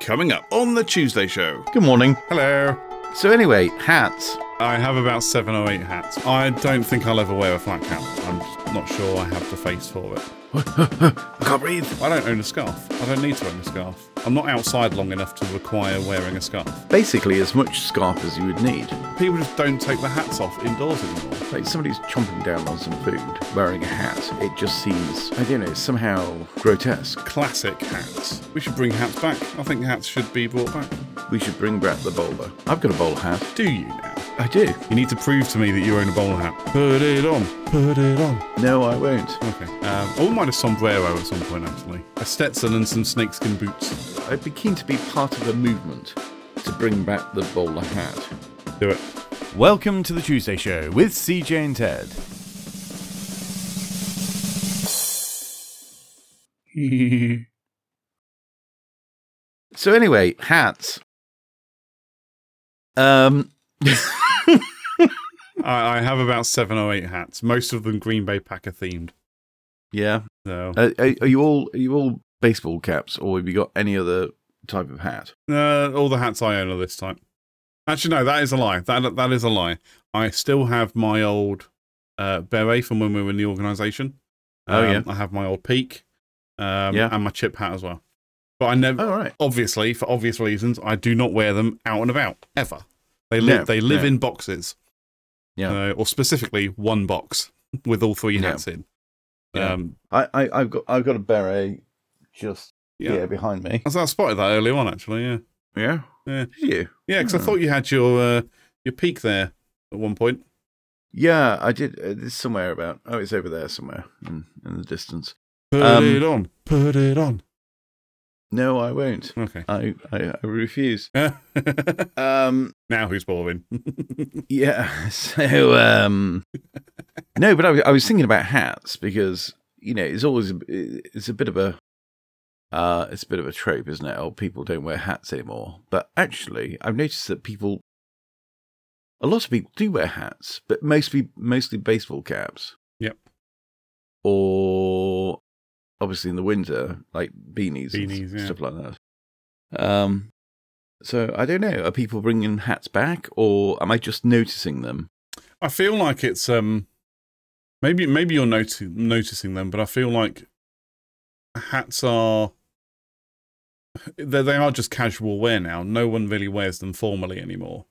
coming up on the Tuesday show. Good morning. Hello. So, anyway, hats. I have about seven or eight hats. I don't think I'll ever wear a flat cap. I'm just not sure I have the face for it. I can't breathe. I don't own a scarf. I don't need to own a scarf. I'm not outside long enough to require wearing a scarf. Basically, as much scarf as you would need. People just don't take their hats off indoors anymore. Like somebody's chomping down on some food wearing a hat. It just seems, I don't know, somehow grotesque. Classic hats. We should bring hats back. I think hats should be brought back. We should bring back the bowler. I've got a bowl hat. Do you now? I do. You need to prove to me that you own a bowler hat. Put it on. Put it on. No, I won't. Okay. Um, I wouldn't mind a sombrero at some point, actually. A Stetson and some snakeskin boots. I'd be keen to be part of a movement to bring back the bowler hat. Do it. Welcome to the Tuesday Show with CJ and Ted. So anyway, hats. Um, I, I have about seven or eight hats, most of them Green Bay Packer themed. yeah. So, Uh, are, are you all are you all baseball caps, or have you got any other type of hat? uh, all the hats I own are this type. Actually, no, that is a lie. That that is a lie. I still have my old uh, beret from when we were in the organisation. Oh, yeah. I have my old peak, um, Yeah. and my chip hat as well. But I never, Oh, all right. obviously, for obvious reasons, I do not wear them out and about ever. They No, live they live no. in boxes. Yeah. Uh, or specifically one box with all three Yeah. hats in. Yeah. Um I, I I've got I've got a beret just yeah. yeah behind me. I, was- I spotted that earlier on actually, yeah. Yeah. Yeah. Did you? Yeah, because I Hmm. thought you had your uh, your peak there at one point. Yeah, I did. Uh, it's somewhere about. Oh, it's over there somewhere in, in the distance. Put Um, it on. Put it on. No, I won't. Okay. I I, I refuse. now Um. who's boring? Yeah. So, um, no, but I was, I was thinking about hats because you know it's always a- it's a bit of a uh, it's a bit of a trope, isn't it? Oh, people don't wear hats anymore. But actually, I've noticed that people, a lot of people do wear hats, but mostly mostly baseball caps. Yep. Or obviously in the winter, like beanies, Beanies, and yeah. s- stuff like that. Um, so I don't know. Are people bringing hats back, or am I just noticing them? I feel like it's um maybe maybe you're noti- noticing them, but I feel like hats are they they are just casual wear now. No one really wears them formally anymore,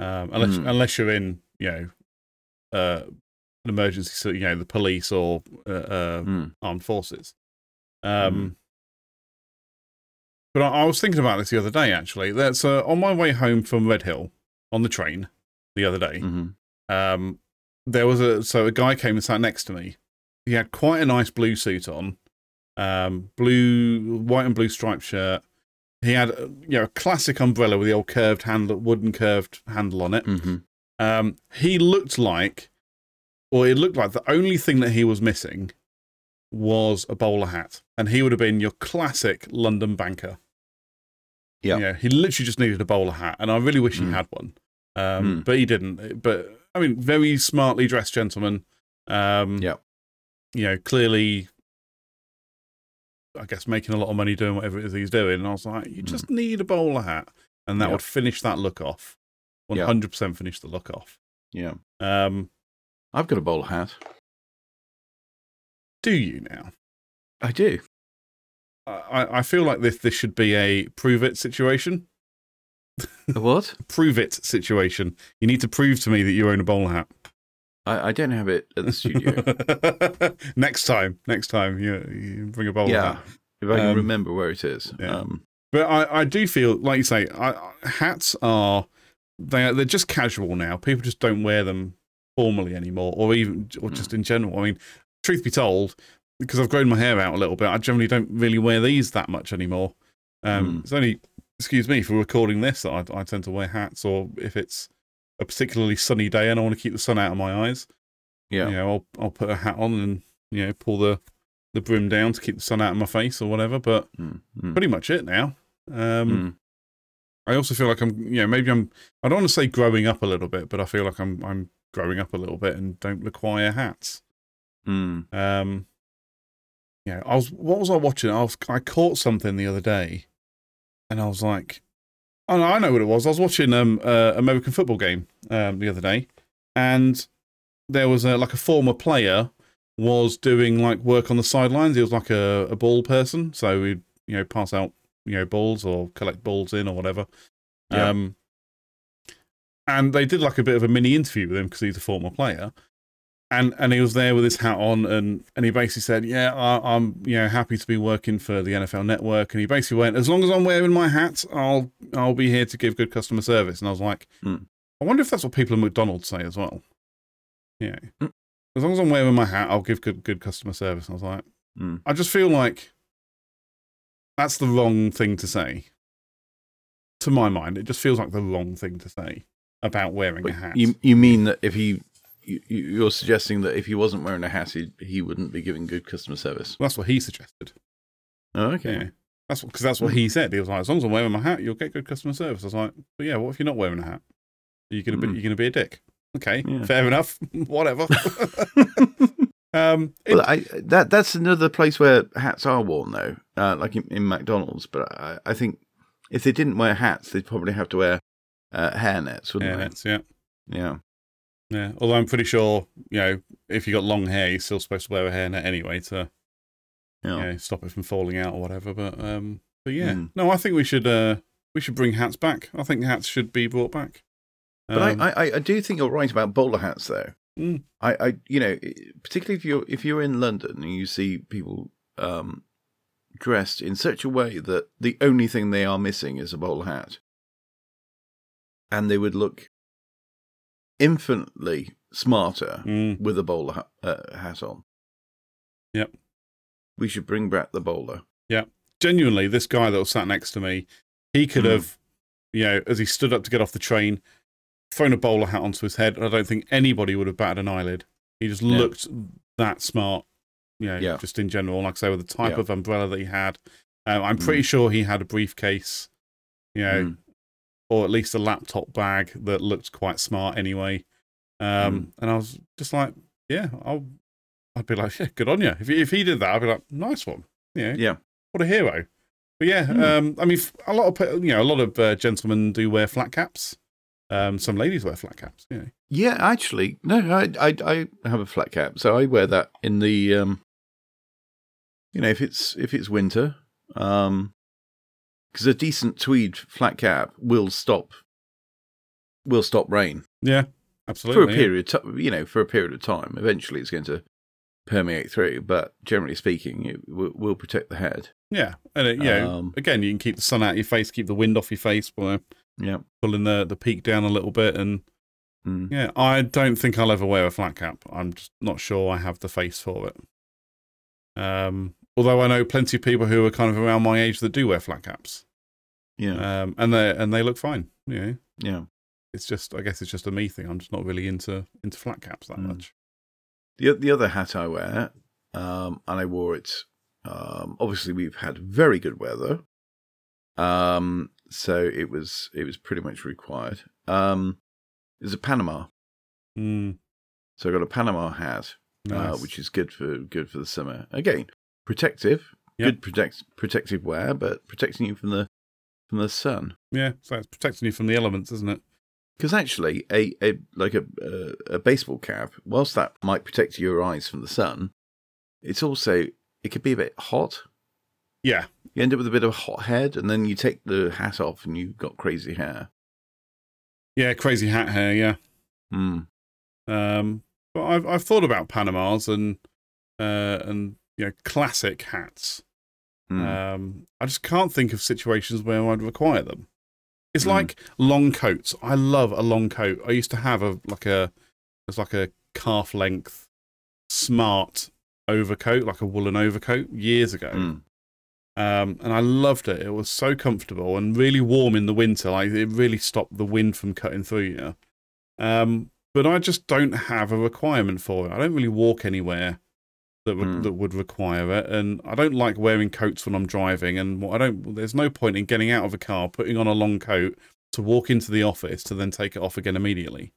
um, unless Hmm. unless you're in you know uh, an emergency, so you know the police or uh, uh, Hmm. armed forces. Um, But I, I was thinking about this the other day actually. That's uh, on my way home from Red Hill on the train the other day Mhm. um, there was a so a guy came and sat next to me. He had quite a nice blue suit on, um, blue white and blue striped shirt. He had uh, you know a classic umbrella with the old curved handle, wooden curved handle on it. Mhm. Um, he looked like, or it looked like the only thing that he was missing was a bowler hat, and he would have been your classic London banker. Yeah. you know, he literally just needed a bowler hat, and I really wish he Mm. had one, Hmm. um, but he didn't. But I mean, very smartly dressed gentleman. Um, Yeah. you know, clearly. I guess making a lot of money doing whatever it is he's doing, and I was like, you just need a bowler hat, and that Hmm. Yeah. would finish that look off, one Yeah. hundred percent finish the look off. Yeah. Um, I've got a bowl hat. do you now? I do. I, I- I feel like this this should be a prove it situation. what? Prove it situation. You need to prove to me that you own a bowl hat. I, I don't have it at the studio. next time, next time you, you bring a bowl yeah. hat. If I can Um, remember where it is. yeah. Um, But I, I do feel like you say I, I- hats are they are, they're just casual now. People just don't wear them formally anymore, or even or just in general. I mean, truth be told, because I've grown my hair out a little bit, I generally don't really wear these that much anymore. Um, Mm. It's only excuse me for recording this that I, I tend to wear hats, or if it's a particularly sunny day and I want to keep the sun out of my eyes, yeah. you know, I'll I'll put a hat on and you know pull the the brim down to keep the sun out of my face or whatever. But Mm, mm, pretty much it now. Um, mm. I also feel like I'm, you know, maybe I'm. I don't want to say growing up a little bit, but I feel like I'm, I'm growing up a little bit and don't require hats. Mm. Um, yeah, I was. What was I watching? I was. I caught something the other day, and I was like, "Oh no, I know what it was." I was watching um uh, American football game um the other day, and there was a, like a former player was doing like work on the sidelines. He was like a, a ball person, so he'd you know pass out you know balls or collect balls in or whatever. Yeah. Um, and they did like a bit of a mini interview with him because he's a former player. And, and he was there with his hat on, and, and he basically said, "Yeah, I, I'm you know happy to be working for the NFL Network." And he basically went, "As long as I'm wearing my hat, I'll I'll be here to give good customer service." And I was like, Hmm. "I wonder if that's what people at McDonald's say as well." Yeah, Hmm. as long as I'm wearing my hat, I'll give good good customer service. And I was like, Hmm. I just feel like that's the wrong thing to say. To my mind, it just feels like the wrong thing to say about wearing a hat. You you mean that if he you, you- you're suggesting that if he wasn't wearing a hat, he he wouldn't be giving good customer service. That's what he suggested. Oh, okay. Hmm. Yeah. That's because that's what he said. He was like, as long as I'm wearing my hat, you'll get good customer service. I was like, but yeah, what if you're not wearing a hat? Are you gonna be Mm. you're gonna be a dick? Okay, Yeah. fair enough. Whatever. um, it- Well, I, that that's another place where hats are worn, though, uh, like in, in McDonald's. But I, I think if they didn't wear hats, they'd probably have to wear uh, yeah, hairnets, wouldn't that's- yeah, they? Yeah. yeah. Although I'm pretty sure, you know, if you got long hair, you're still supposed to wear a hairnet anyway to Yeah. you know, stop it from falling out or whatever. But um, but yeah, Mm. no, I think we should uh, we should bring hats back. I think hats should be brought back. But Um, I, I, I do think you're right about bowler hats, though. Mm. I, I, you know, particularly if you're if you're in London and you see people um, dressed in such a way that the only thing they are missing is a bowler hat, and they would look infinitely smarter Mm, with a bowler ha- uh, hat on. Yep. We should bring back the bowler. genuinely, this guy that was sat next to me, he could Mm. have, you know, as he stood up to get off the train, thrown a bowler hat onto his head, and I don't think anybody would have batted an eyelid. He just Yeah. looked that smart, you know, Yeah. just in general. Like I say, with the type Yeah. Hmm. of umbrella that he had, um, I'm pretty sure he had a briefcase, you know, Mm. or at least a laptop bag that looked quite smart anyway. Um, Hmm. And I was just like, yeah, I'll, I'd be like, yeah, good on you. If, he- if he did that, I'd be like, nice one. Yeah, Yeah. what a hero. But yeah, Hmm. um, I mean, f- a lot of pe- you know, a lot of uh, gentlemen do wear flat caps. Um, some ladies wear flat caps. You know. Yeah, actually, no, I, I I have a flat cap, so I wear that in the um, you know, if it's if it's winter, um, because a decent tweed flat cap will stop will stop rain Yeah, for absolutely. a period, to, you know, for a period of time. Eventually, it's going to permeate through, but generally speaking, it will, will protect the head. Yeah, and it, you know, Um, again, you can keep the sun out of your face, keep the wind off your face by yeah. pulling the the peak down a little bit. And Mm. yeah, I don't think I'll ever wear a flat cap. I'm just not sure I have the face for it. Um, although I know plenty of people who are kind of around my age that do wear flat caps, Yeah, um, and they and they look fine. You know. yeah. it's just I guess it's just a me thing. I'm just not really into into flat caps that Mm. much. The the other hat I wear, um, and I wore it. Um, obviously, we've had very good weather, um, so it was it was pretty much required. Um, it was a Panama, Mm, so I got a Panama hat, uh, nice. which is good for good for the summer. Again, protective, Yeah. good protect protective wear, but protecting you from the from the sun. yeah, so it's protecting you from the elements, isn't it? Because actually, a, a like a, a a baseball cap, whilst that might protect your eyes from the sun, it's also it could be a bit hot. Yeah, You end up with a bit of a hot head, and then you take the hat off, and you've got crazy hair. yeah, crazy hat hair. Yeah, Mm. um, but I've I've thought about Panamas and uh, and you know classic hats. Mm. Um, I just can't think of situations where I'd require them. It's Mm. like long coats. I love a long coat. I used to have a like a it's like a calf length smart overcoat, like a woolen overcoat, years ago. Mm. um, and I loved it. It was so comfortable and really warm in the winter. Like it really stopped the wind from cutting through you. Um, but I just don't have a requirement for it. I don't really walk anywhere that would, Hmm. that would require it, and I don't like wearing coats when I'm driving. And what I don't there's no point in getting out of a car, putting on a long coat to walk into the office to then take it off again immediately.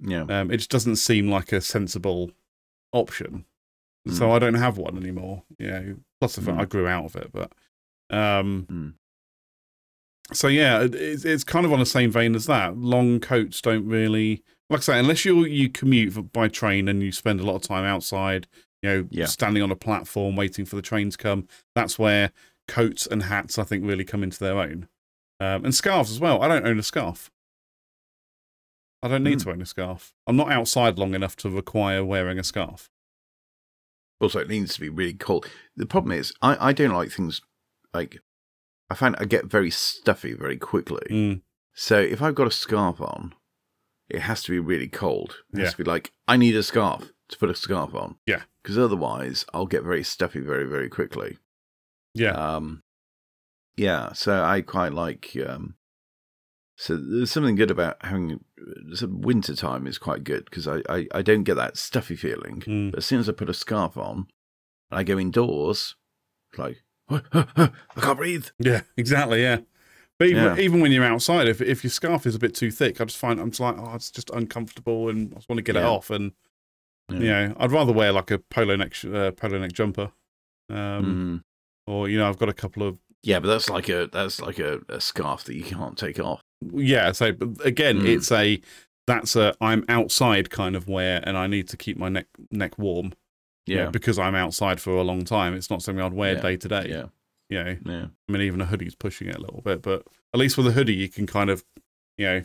Yeah. Um, it just doesn't seem like a sensible option. So Mm. I don't have one anymore. You know, plus the fact Mm. I grew out of it, but um, Mm. so yeah, it, it's, it's kind of on the same vein as that. Long coats don't really, like I say, unless you you commute by train and you spend a lot of time outside, you know, Yeah. standing on a platform waiting for the train to come. That's where coats and hats, I think, really come into their own, um, and scarves as well. I don't own a scarf. I don't need to own a scarf. I'm not outside long enough to require wearing a scarf. Also, it needs to be really cold. The problem is, I, I don't like things like I find I get very stuffy very quickly. Mm. So if I've got a scarf on, it has to be really cold. It has Yeah. to be like I need a scarf to put a scarf on. Yeah. because otherwise I'll get very stuffy very very quickly. Yeah, Um, yeah. So I quite like. Um, so there's something good about having some winter time is quite good because I, I I don't get that stuffy feeling. Mm. But as soon as I put a scarf on, and I go indoors, it's like I can't breathe. yeah, exactly. Yeah. But even, Yeah. even when you're outside, if if your scarf is a bit too thick, I just find I'm just like, oh, it's just uncomfortable, and I just want to get it Yeah. off. And Yeah. you know, I'd rather wear like a polo neck sh- uh, polo neck jumper, um, mm. or you know, I've got a couple of yeah, but that's like a that's like a, a scarf that you can't take off. yeah. So but again, Mm. it's a that's a I'm outside kind of wear, and I need to keep my neck neck warm. you know, Yeah, because I'm outside for a long time. It's not something I'd wear Yeah. day to day. yeah, You know, yeah. I mean, even a hoodie's pushing it a little bit, but at least with a hoodie, you can kind of, you know,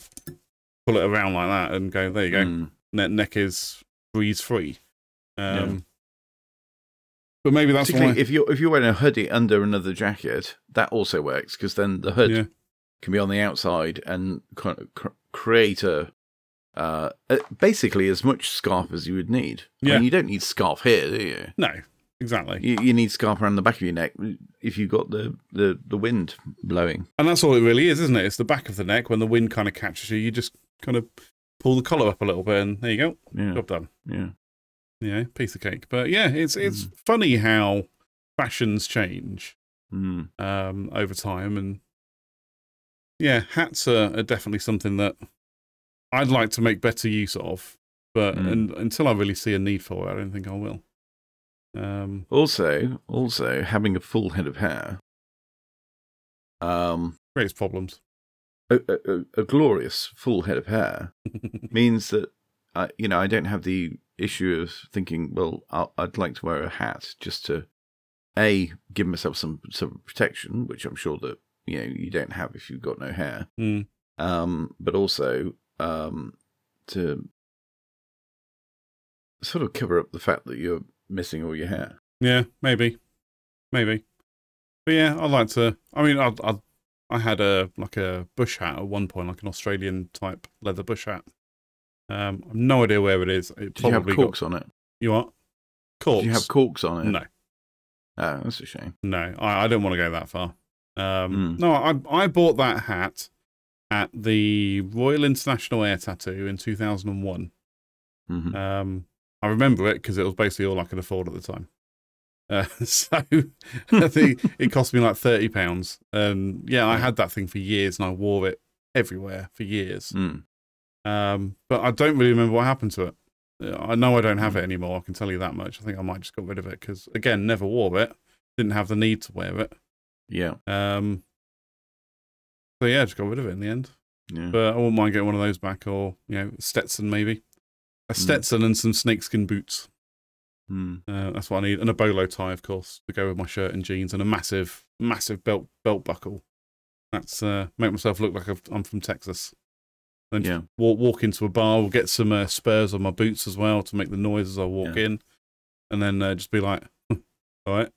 pull it around like that and go, there you go. Mm. Ne- neck is breeze free. Um, Yeah. But maybe that's Particularly why. if you're if you're wearing a hoodie under another jacket, that also works because then the hood Yeah. can be on the outside and kind of cr- create a uh, uh, basically as much scarf as you would need. I mean, Yeah. you don't need scarf here, do you? no, exactly. you? You need scarf around the back of your neck if you've got the, the, the wind blowing. And that's all it really is, isn't it? It's the back of the neck. When the wind kind of catches you, you just kind of pull the collar up a little bit, and there you go, Yeah, job done. yeah, Yeah, piece of cake. But yeah, it's it's funny how fashions change. mm. um, over time. And yeah, hats are, are definitely something that I'd like to make better use of, but Mm. un- until I really see a need for it, I don't think I will. Um, Also, also having a full head of hair. Um, creates problems. a, a, a- a glorious full head of hair means that I, you know, I don't have the issue of thinking, well, I'll, I'd like to wear a hat just to a give myself some some protection, which I'm sure that you know you don't have if you've got no hair, Mm. um, but also um, to sort of cover up the fact that you're missing all your hair. Yeah, maybe, maybe. But yeah, I like to. I mean, I, I I had a like a bush hat at one point, like an Australian type leather bush hat. Um, I've no idea where it is. It Did you have probably corks on it? got you what? Corks? Did you have corks on it? no. Oh, that's a shame. No, I, I don't want to go that far. Um, Mm. No, I, I bought that hat at the Royal International Air Tattoo in 2001. Mhm. Um, I remember it because it was basically all I could afford at the time. Uh, so I think it cost me like thirty pounds, and yeah, I had that thing for years, and I wore it everywhere for years. Mm. Um, but I don't really remember what happened to it. Uh, I know I don't have it anymore. I can tell you that much. I think I might just got rid of it because again, never wore it, didn't have the need to wear it. Yeah, Um, so yeah, just got rid of it in the end. yeah. But I wouldn't mind getting one of those back, or you know, Stetson maybe. A Stetson and some snakeskin boots. Mm. Uh, that's what I need, and a bolo tie, of course, to go with my shirt and jeans, and a massive, massive belt belt buckle. That's uh, make myself look like I've, I'm from Texas. Then Yeah. walk walk into a bar, we'll get some uh, spurs on my boots as well to make the noise as I walk in, and then uh, just be like, all right,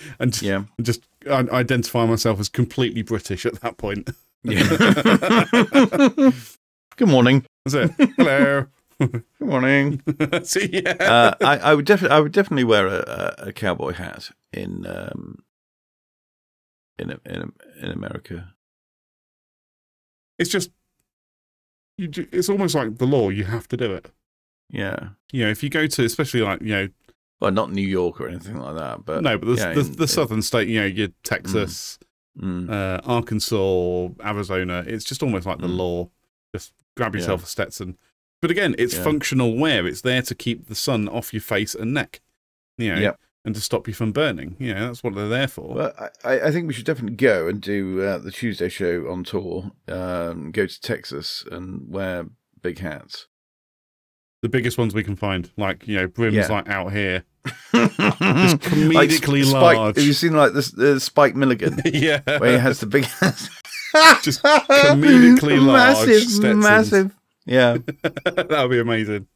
and just Yeah. just I identify myself as completely British at that point. Yeah. Good morning. That's it. Hello. Good morning. See, yeah. Uh, I, I would definitely, I would definitely wear a, a, a cowboy hat in um, in a- in a- in America. it's just, you, ju- it's almost like the law. You have to do it. Yeah. You know, if you go to, especially like you know, Well, not New York or anything like that, but no, but the yeah, the, in- the in- southern state, you know, your Texas, mm, uh, Arkansas, Arizona. It's just almost like the Mm. law. Just grab Yeah. yourself a Stetson. But again, it's Yeah. functional wear. It's there to keep the sun off your face and neck. You know, Yep. and to stop you from burning. You know, that's what they're there for. Well, I, I think we should definitely go and do uh, the Tuesday show on tour. Um, go to Texas and wear big hats. the biggest ones we can find, like you know, brims Yeah. like out here, comedically comedically large. Have you seen like this uh, Spike Milligan yeah, where he has the big hats? Just comedically large massive, Stetsons. massive. Yeah. that would be amazing.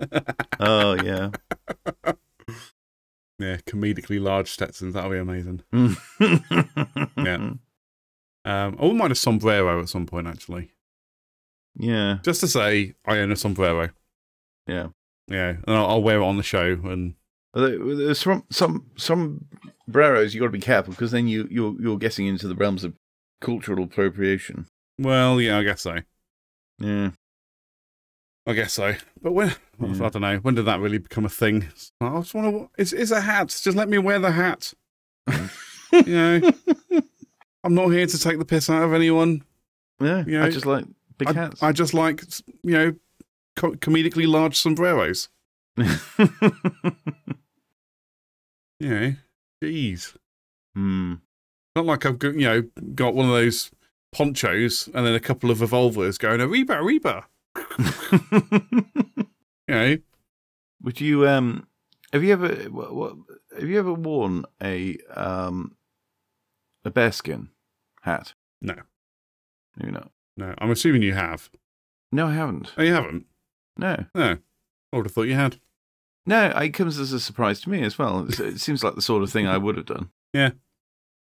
Oh yeah. Yeah, comedically large Stetsons, that would be amazing. yeah. Um, I wouldn't mind a sombrero at some point, actually, Yeah. just to say I own a sombrero. Yeah. Yeah, and I'll, I'll wear it on the show. And Although, There's some some sombreros you got to be careful because then you you're you're getting into the realms of cultural appropriation. well, yeah, I guess so. Yeah. I guess so. But when Yeah. I don't know, when did that really become a thing? I just want to. It's, it's a hat. Just let me wear the hat. you know, I'm not here to take the piss out of anyone. Yeah. You know, I just like big I, hats. I just like you know, co- comedically large sombreros. You know, jeez. Hmm. Not like I've got you know got one of those ponchos and then a couple of revolvers going Arriba, Arriba. You know, Would you um? Have you ever what, what have you ever worn a um a bearskin hat? No. Maybe not. no. I'm assuming you have. No, I haven't. Oh, you haven't. No, No, I would have thought you had. no. It comes as a surprise to me as well. It's, it seems like the sort of thing I would have done. Yeah.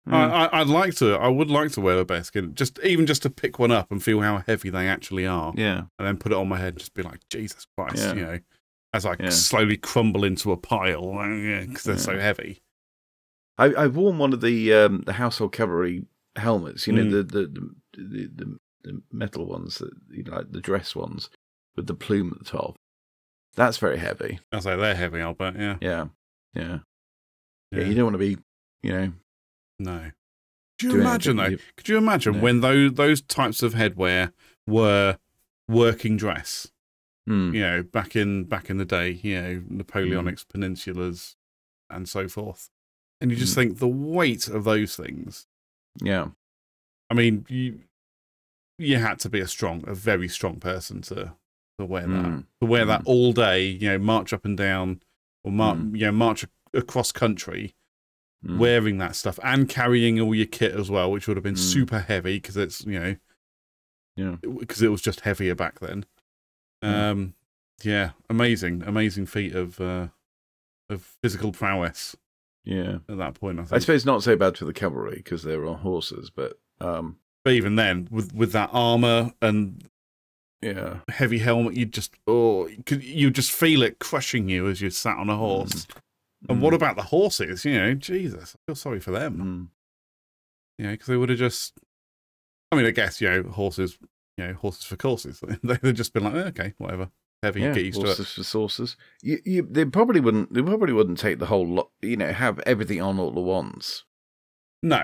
Mm. I, I, I'd like to. I would like to wear a bearskin, just even just to pick one up and feel how heavy they actually are, yeah. and then put it on my head and just be like, Jesus Christ, Yeah. you know, as I Yeah. slowly crumble into a pile because they're so Yeah. heavy. I, I've worn one of the um, the household cavalry helmets. You know Mm. the, the, the, the, the the metal ones that you know, like the dress ones with the plume at the top. That's very heavy. I was like, they're heavy, Albert. Yeah, Yeah, yeah. yeah. Yeah. you don't want to be, you know. no. Could you Do imagine though? anything, Could you imagine No. when those those types of headwear were working dress? Hmm. You know, back in back in the day, you know, Napoleonic peninsulas and so forth, and you just Mm. think the weight of those things. yeah, I mean, you you had to be a strong, a very strong person to to wear that, Mm. to wear that all day. You know, march up and down, or march, Mm. you know, march ac- across country Mm. wearing that stuff and carrying all your kit as well, which would have been Mm. super heavy because it's you know, Yeah. because it was just heavier back then. Yeah. Um, yeah, amazing, amazing feat of uh of physical prowess yeah. at that point. I think. I suppose not so bad for the cavalry because they were on horses, but um, but even then, with with that armor and yeah, heavy helmet, you just oh, you could you just feel it crushing you as you sat on a Mm. horse. hmm, And what about the horses? You know, Jesus, I feel sorry for them. Mm. You know, because they would have just. I mean, I guess you know horses. You know, horses for courses. They'd just been like, "Eh, okay, whatever, heavy, yeah, get used to it. horses for sources. You, you, they probably wouldn't. They probably wouldn't take the whole lot. You know, have everything on all at once. No,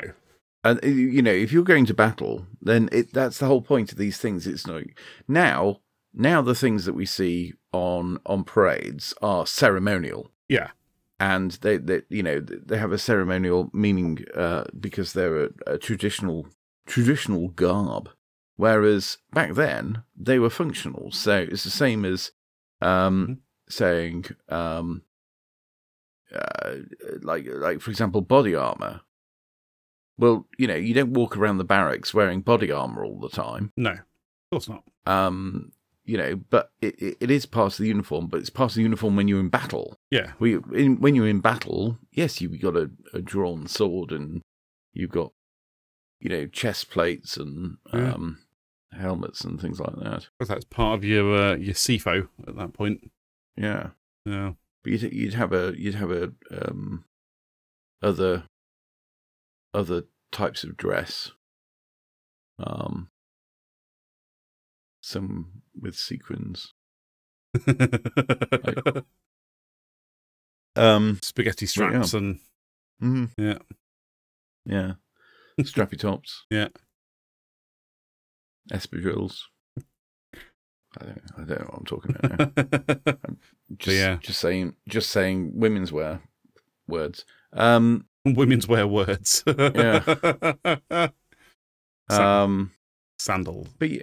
And uh, you you know, if you're going to battle, then it, that's the whole point of these things. It's not now. Now the things that we see on on parades are ceremonial. Yeah. and they, they you know th- they have a ceremonial meaning uh, because they're a, a traditional traditional garb. Whereas back then they were functional, so it's the same as um, saying um, uh, like like for example body armor. Well, you know, you don't walk around the barracks wearing body armor all the time. no, of course not. Um, you know, but it, it, it is part of the uniform. But it's part of the uniform when you're in battle. Yeah, We in, when you're in battle, yes, you've got a, a drawn sword and you've got you know chest plates and Yeah. um, helmets and things like that. 'Cause that's part of your uh, your CFO at that point. Yeah, Yeah, but you'd, you'd have a you'd have a um, other other types of dress. Um, some with sequins. Um, spaghetti Well, yeah. straps and mhm. Yeah. yeah, strappy tops. Yeah. espadrilles. I don't, I don't know what I'm talking about. Now. Just, yeah. just saying, just saying, women's wear words. Um, Women's wear words. yeah. um, Sandal. but yeah,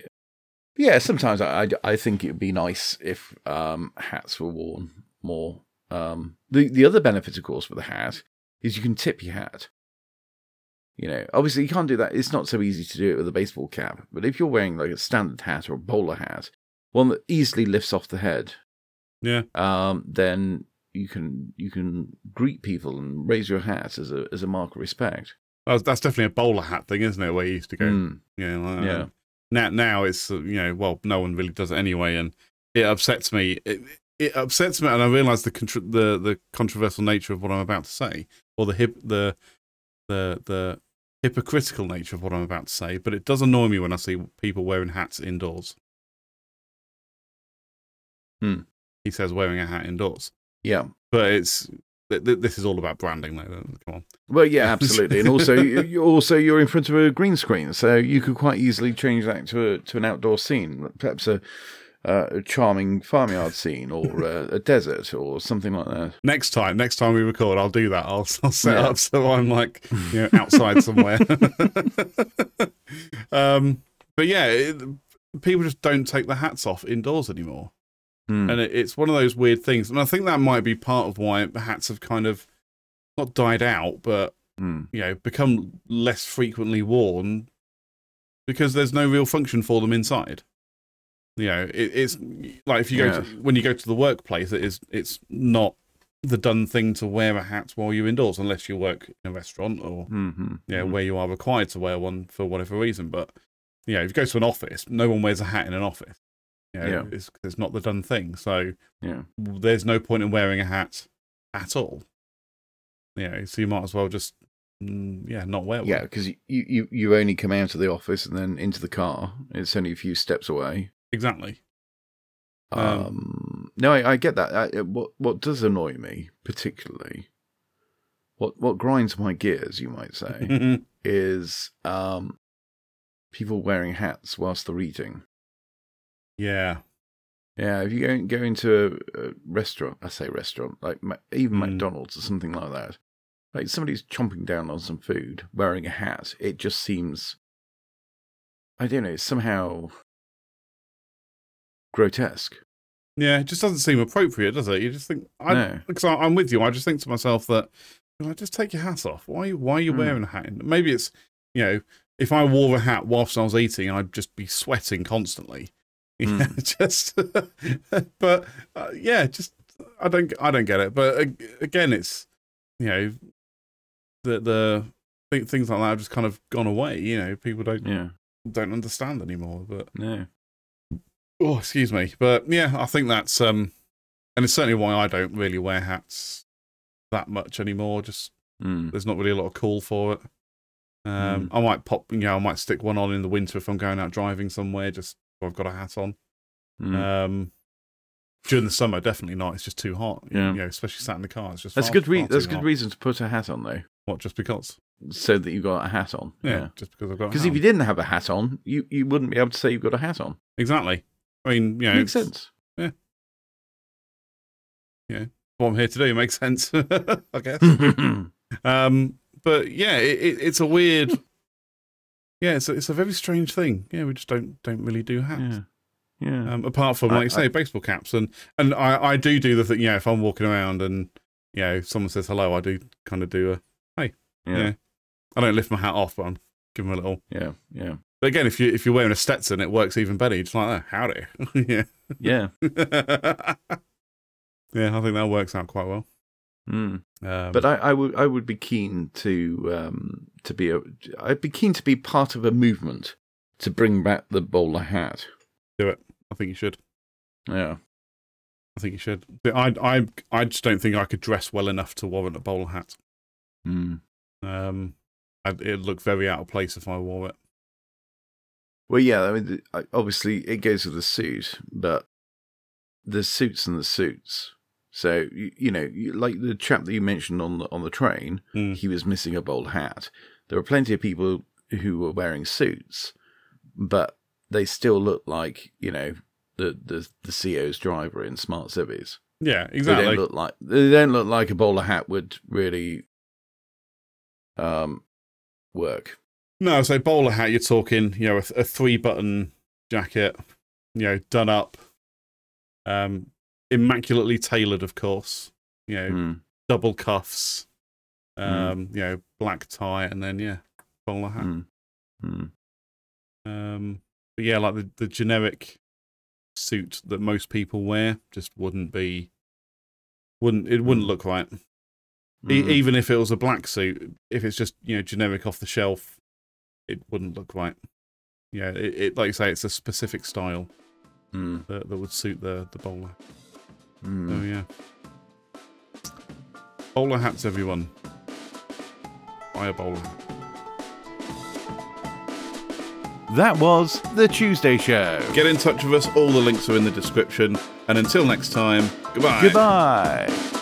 yeah, sometimes I, I, I think it would be nice if um, hats were worn more. Um, the the other benefit, of course, with a hat is you can tip your hat. You know, obviously you can't do that. It's not so easy to do it with a baseball cap. But if you're wearing like a standard hat or a bowler hat, one that easily lifts off the head, Yeah. um, then you can you can greet people and raise your hat as a as a mark of respect. That's, that's definitely a bowler hat thing, isn't it? Where you used to go. Mm, Yeah. Like, yeah. Now, now it's uh, you know, well, no one really does it anyway, and it upsets me. It, it upsets me, and I realise the contr the the controversial nature of what I'm about to say, or the hip the the the hypocritical nature of what I'm about to say. But it does annoy me when I see people wearing hats indoors. Hmm. He says wearing a hat indoors, yeah. but it's th- th- this is all about branding, though. Come on. Well, yeah, absolutely, and also, you, you- also you're in front of a green screen, so you could quite easily change that to a, to an outdoor scene, perhaps a, uh, a charming farmyard scene or a, a desert or something like that. Next time, next time we record, I'll do that. I'll, I'll set Yeah. up so I'm like, you know, outside somewhere. um, but yeah, it, people just don't take their hats off indoors anymore, Hmm. and it, it's one of those weird things. And I think that might be part of why hats have kind of not died out, but Hmm. you know, become less frequently worn because there's no real function for them inside. You know, it, it's like if you go to, when you go to the workplace, it is it's not the done thing to wear a hat while you're indoors unless you work in a restaurant or hmm you know, where you are required to wear one for whatever reason. But you know, if you go to an office, no one wears a hat in an office. You know, Yeah. it's it's not the done thing. So Yeah. there's no point in wearing a hat at all. You know, so you might as well just mm, yeah not wear one. Yeah, because you, you, you only come out of the office and then into the car. It's only a few steps away. exactly. Um, Um, no, I, I get that. I, what what does annoy me particularly, what what grinds my gears, you might say, is um, people wearing hats whilst they're eating. yeah, Yeah, if you go, go into a, a restaurant, I say restaurant, like Ma- even Mm. McDonald's or something like that, like somebody's chomping down on some food wearing a hat, it just seems, I don't know, somehow grotesque. yeah. It just doesn't seem appropriate, does it? You just think I No. because I I'm with you. I just think to myself that you know, just take your hat off. Why are you why are you Mm. wearing a hat? And Maybe it's you know if I wore a hat whilst I was eating, I'd just be sweating constantly. Yeah, just but uh, yeah, just I don't I don't get it. But ag- again, it's you know the the thi- things like that have just kind of gone away. You know, people don't Yeah, don't understand anymore. But no. oh excuse me but yeah i think that's um and it's certainly why i don't really wear hats that much anymore just Mm. there's not really a lot of call for it Hmm. um i might pop you know i might stick one on in the winter if i'm going out driving somewhere just so i've got a hat on Mm. um during the summer definitely not it's just too hot Yeah. you know especially sat in the car it's just that's a far- good re- far that's a too good hot. reason to put a hat on though, what just because so that you got a hat on. yeah, Yeah, just because i've got a because hat if you on. didn't have a hat on, you, you wouldn't be able to say you've got a hat on. exactly i mean you know Makes it's- sense. what i'm here to do makes sense i guess mm. Um, but yeah, it, it, it's a weird. Yeah, it's a, it's a very strange thing. Yeah, we just don't don't really do hats. Yeah, yeah. Um, apart from I- like you say baseball caps and and I I do do the thing. Yeah, if I'm walking around and you know someone says hello, I do kind of do a. yeah. I don't lift my hat off, but I'm giving them a little. yeah, yeah, But again, if you if you're wearing a Stetson, it works even better. You're just like, oh, howdy. yeah. yeah. yeah, I think that works out quite well. Mm. Um, But I, I would I would be keen to um, to be a I'd be keen to be part of a movement to bring back the bowler hat. I think you should. Yeah. I think you should. But I, I, I just don't think I could dress well enough to warrant a bowler hat. Mm. Um, I, it'd look very out of place if I wore it. Well, yeah. I mean, th- I- obviously it goes with the suit, but there's suits and the suits. So you, you know, you, like the chap that you mentioned on the on the train, Mm. he was missing a bowler hat. There were plenty of people who were wearing suits, but they still look like you know the the the CO's driver in smart civvies. Yeah, They exactly. don't look like they don't look like a bowler hat would really um, work. No, so bowler hat, you're talking, you know, a, th- a three button jacket, you know, done up, um, immaculately tailored, of course, you know, Mm. double cuffs, um, you know, black tie, and then, yeah, bowler hat. Mm. Mm. Um, but yeah, like the, the generic suit that most people wear just wouldn't be, wouldn't, it wouldn't look right. E- Mm. even if it was a black suit, if it's just you know generic off the shelf, it wouldn't look right. Yeah, it, it like you say, it's a specific style Mm. that, that would suit the the bowler. Mm. Oh yeah, bowler hats, everyone. Buy a bowler hat. That was The Tuesday Show. Get in touch with us. All the links are in the description. And until next time, goodbye. Goodbye.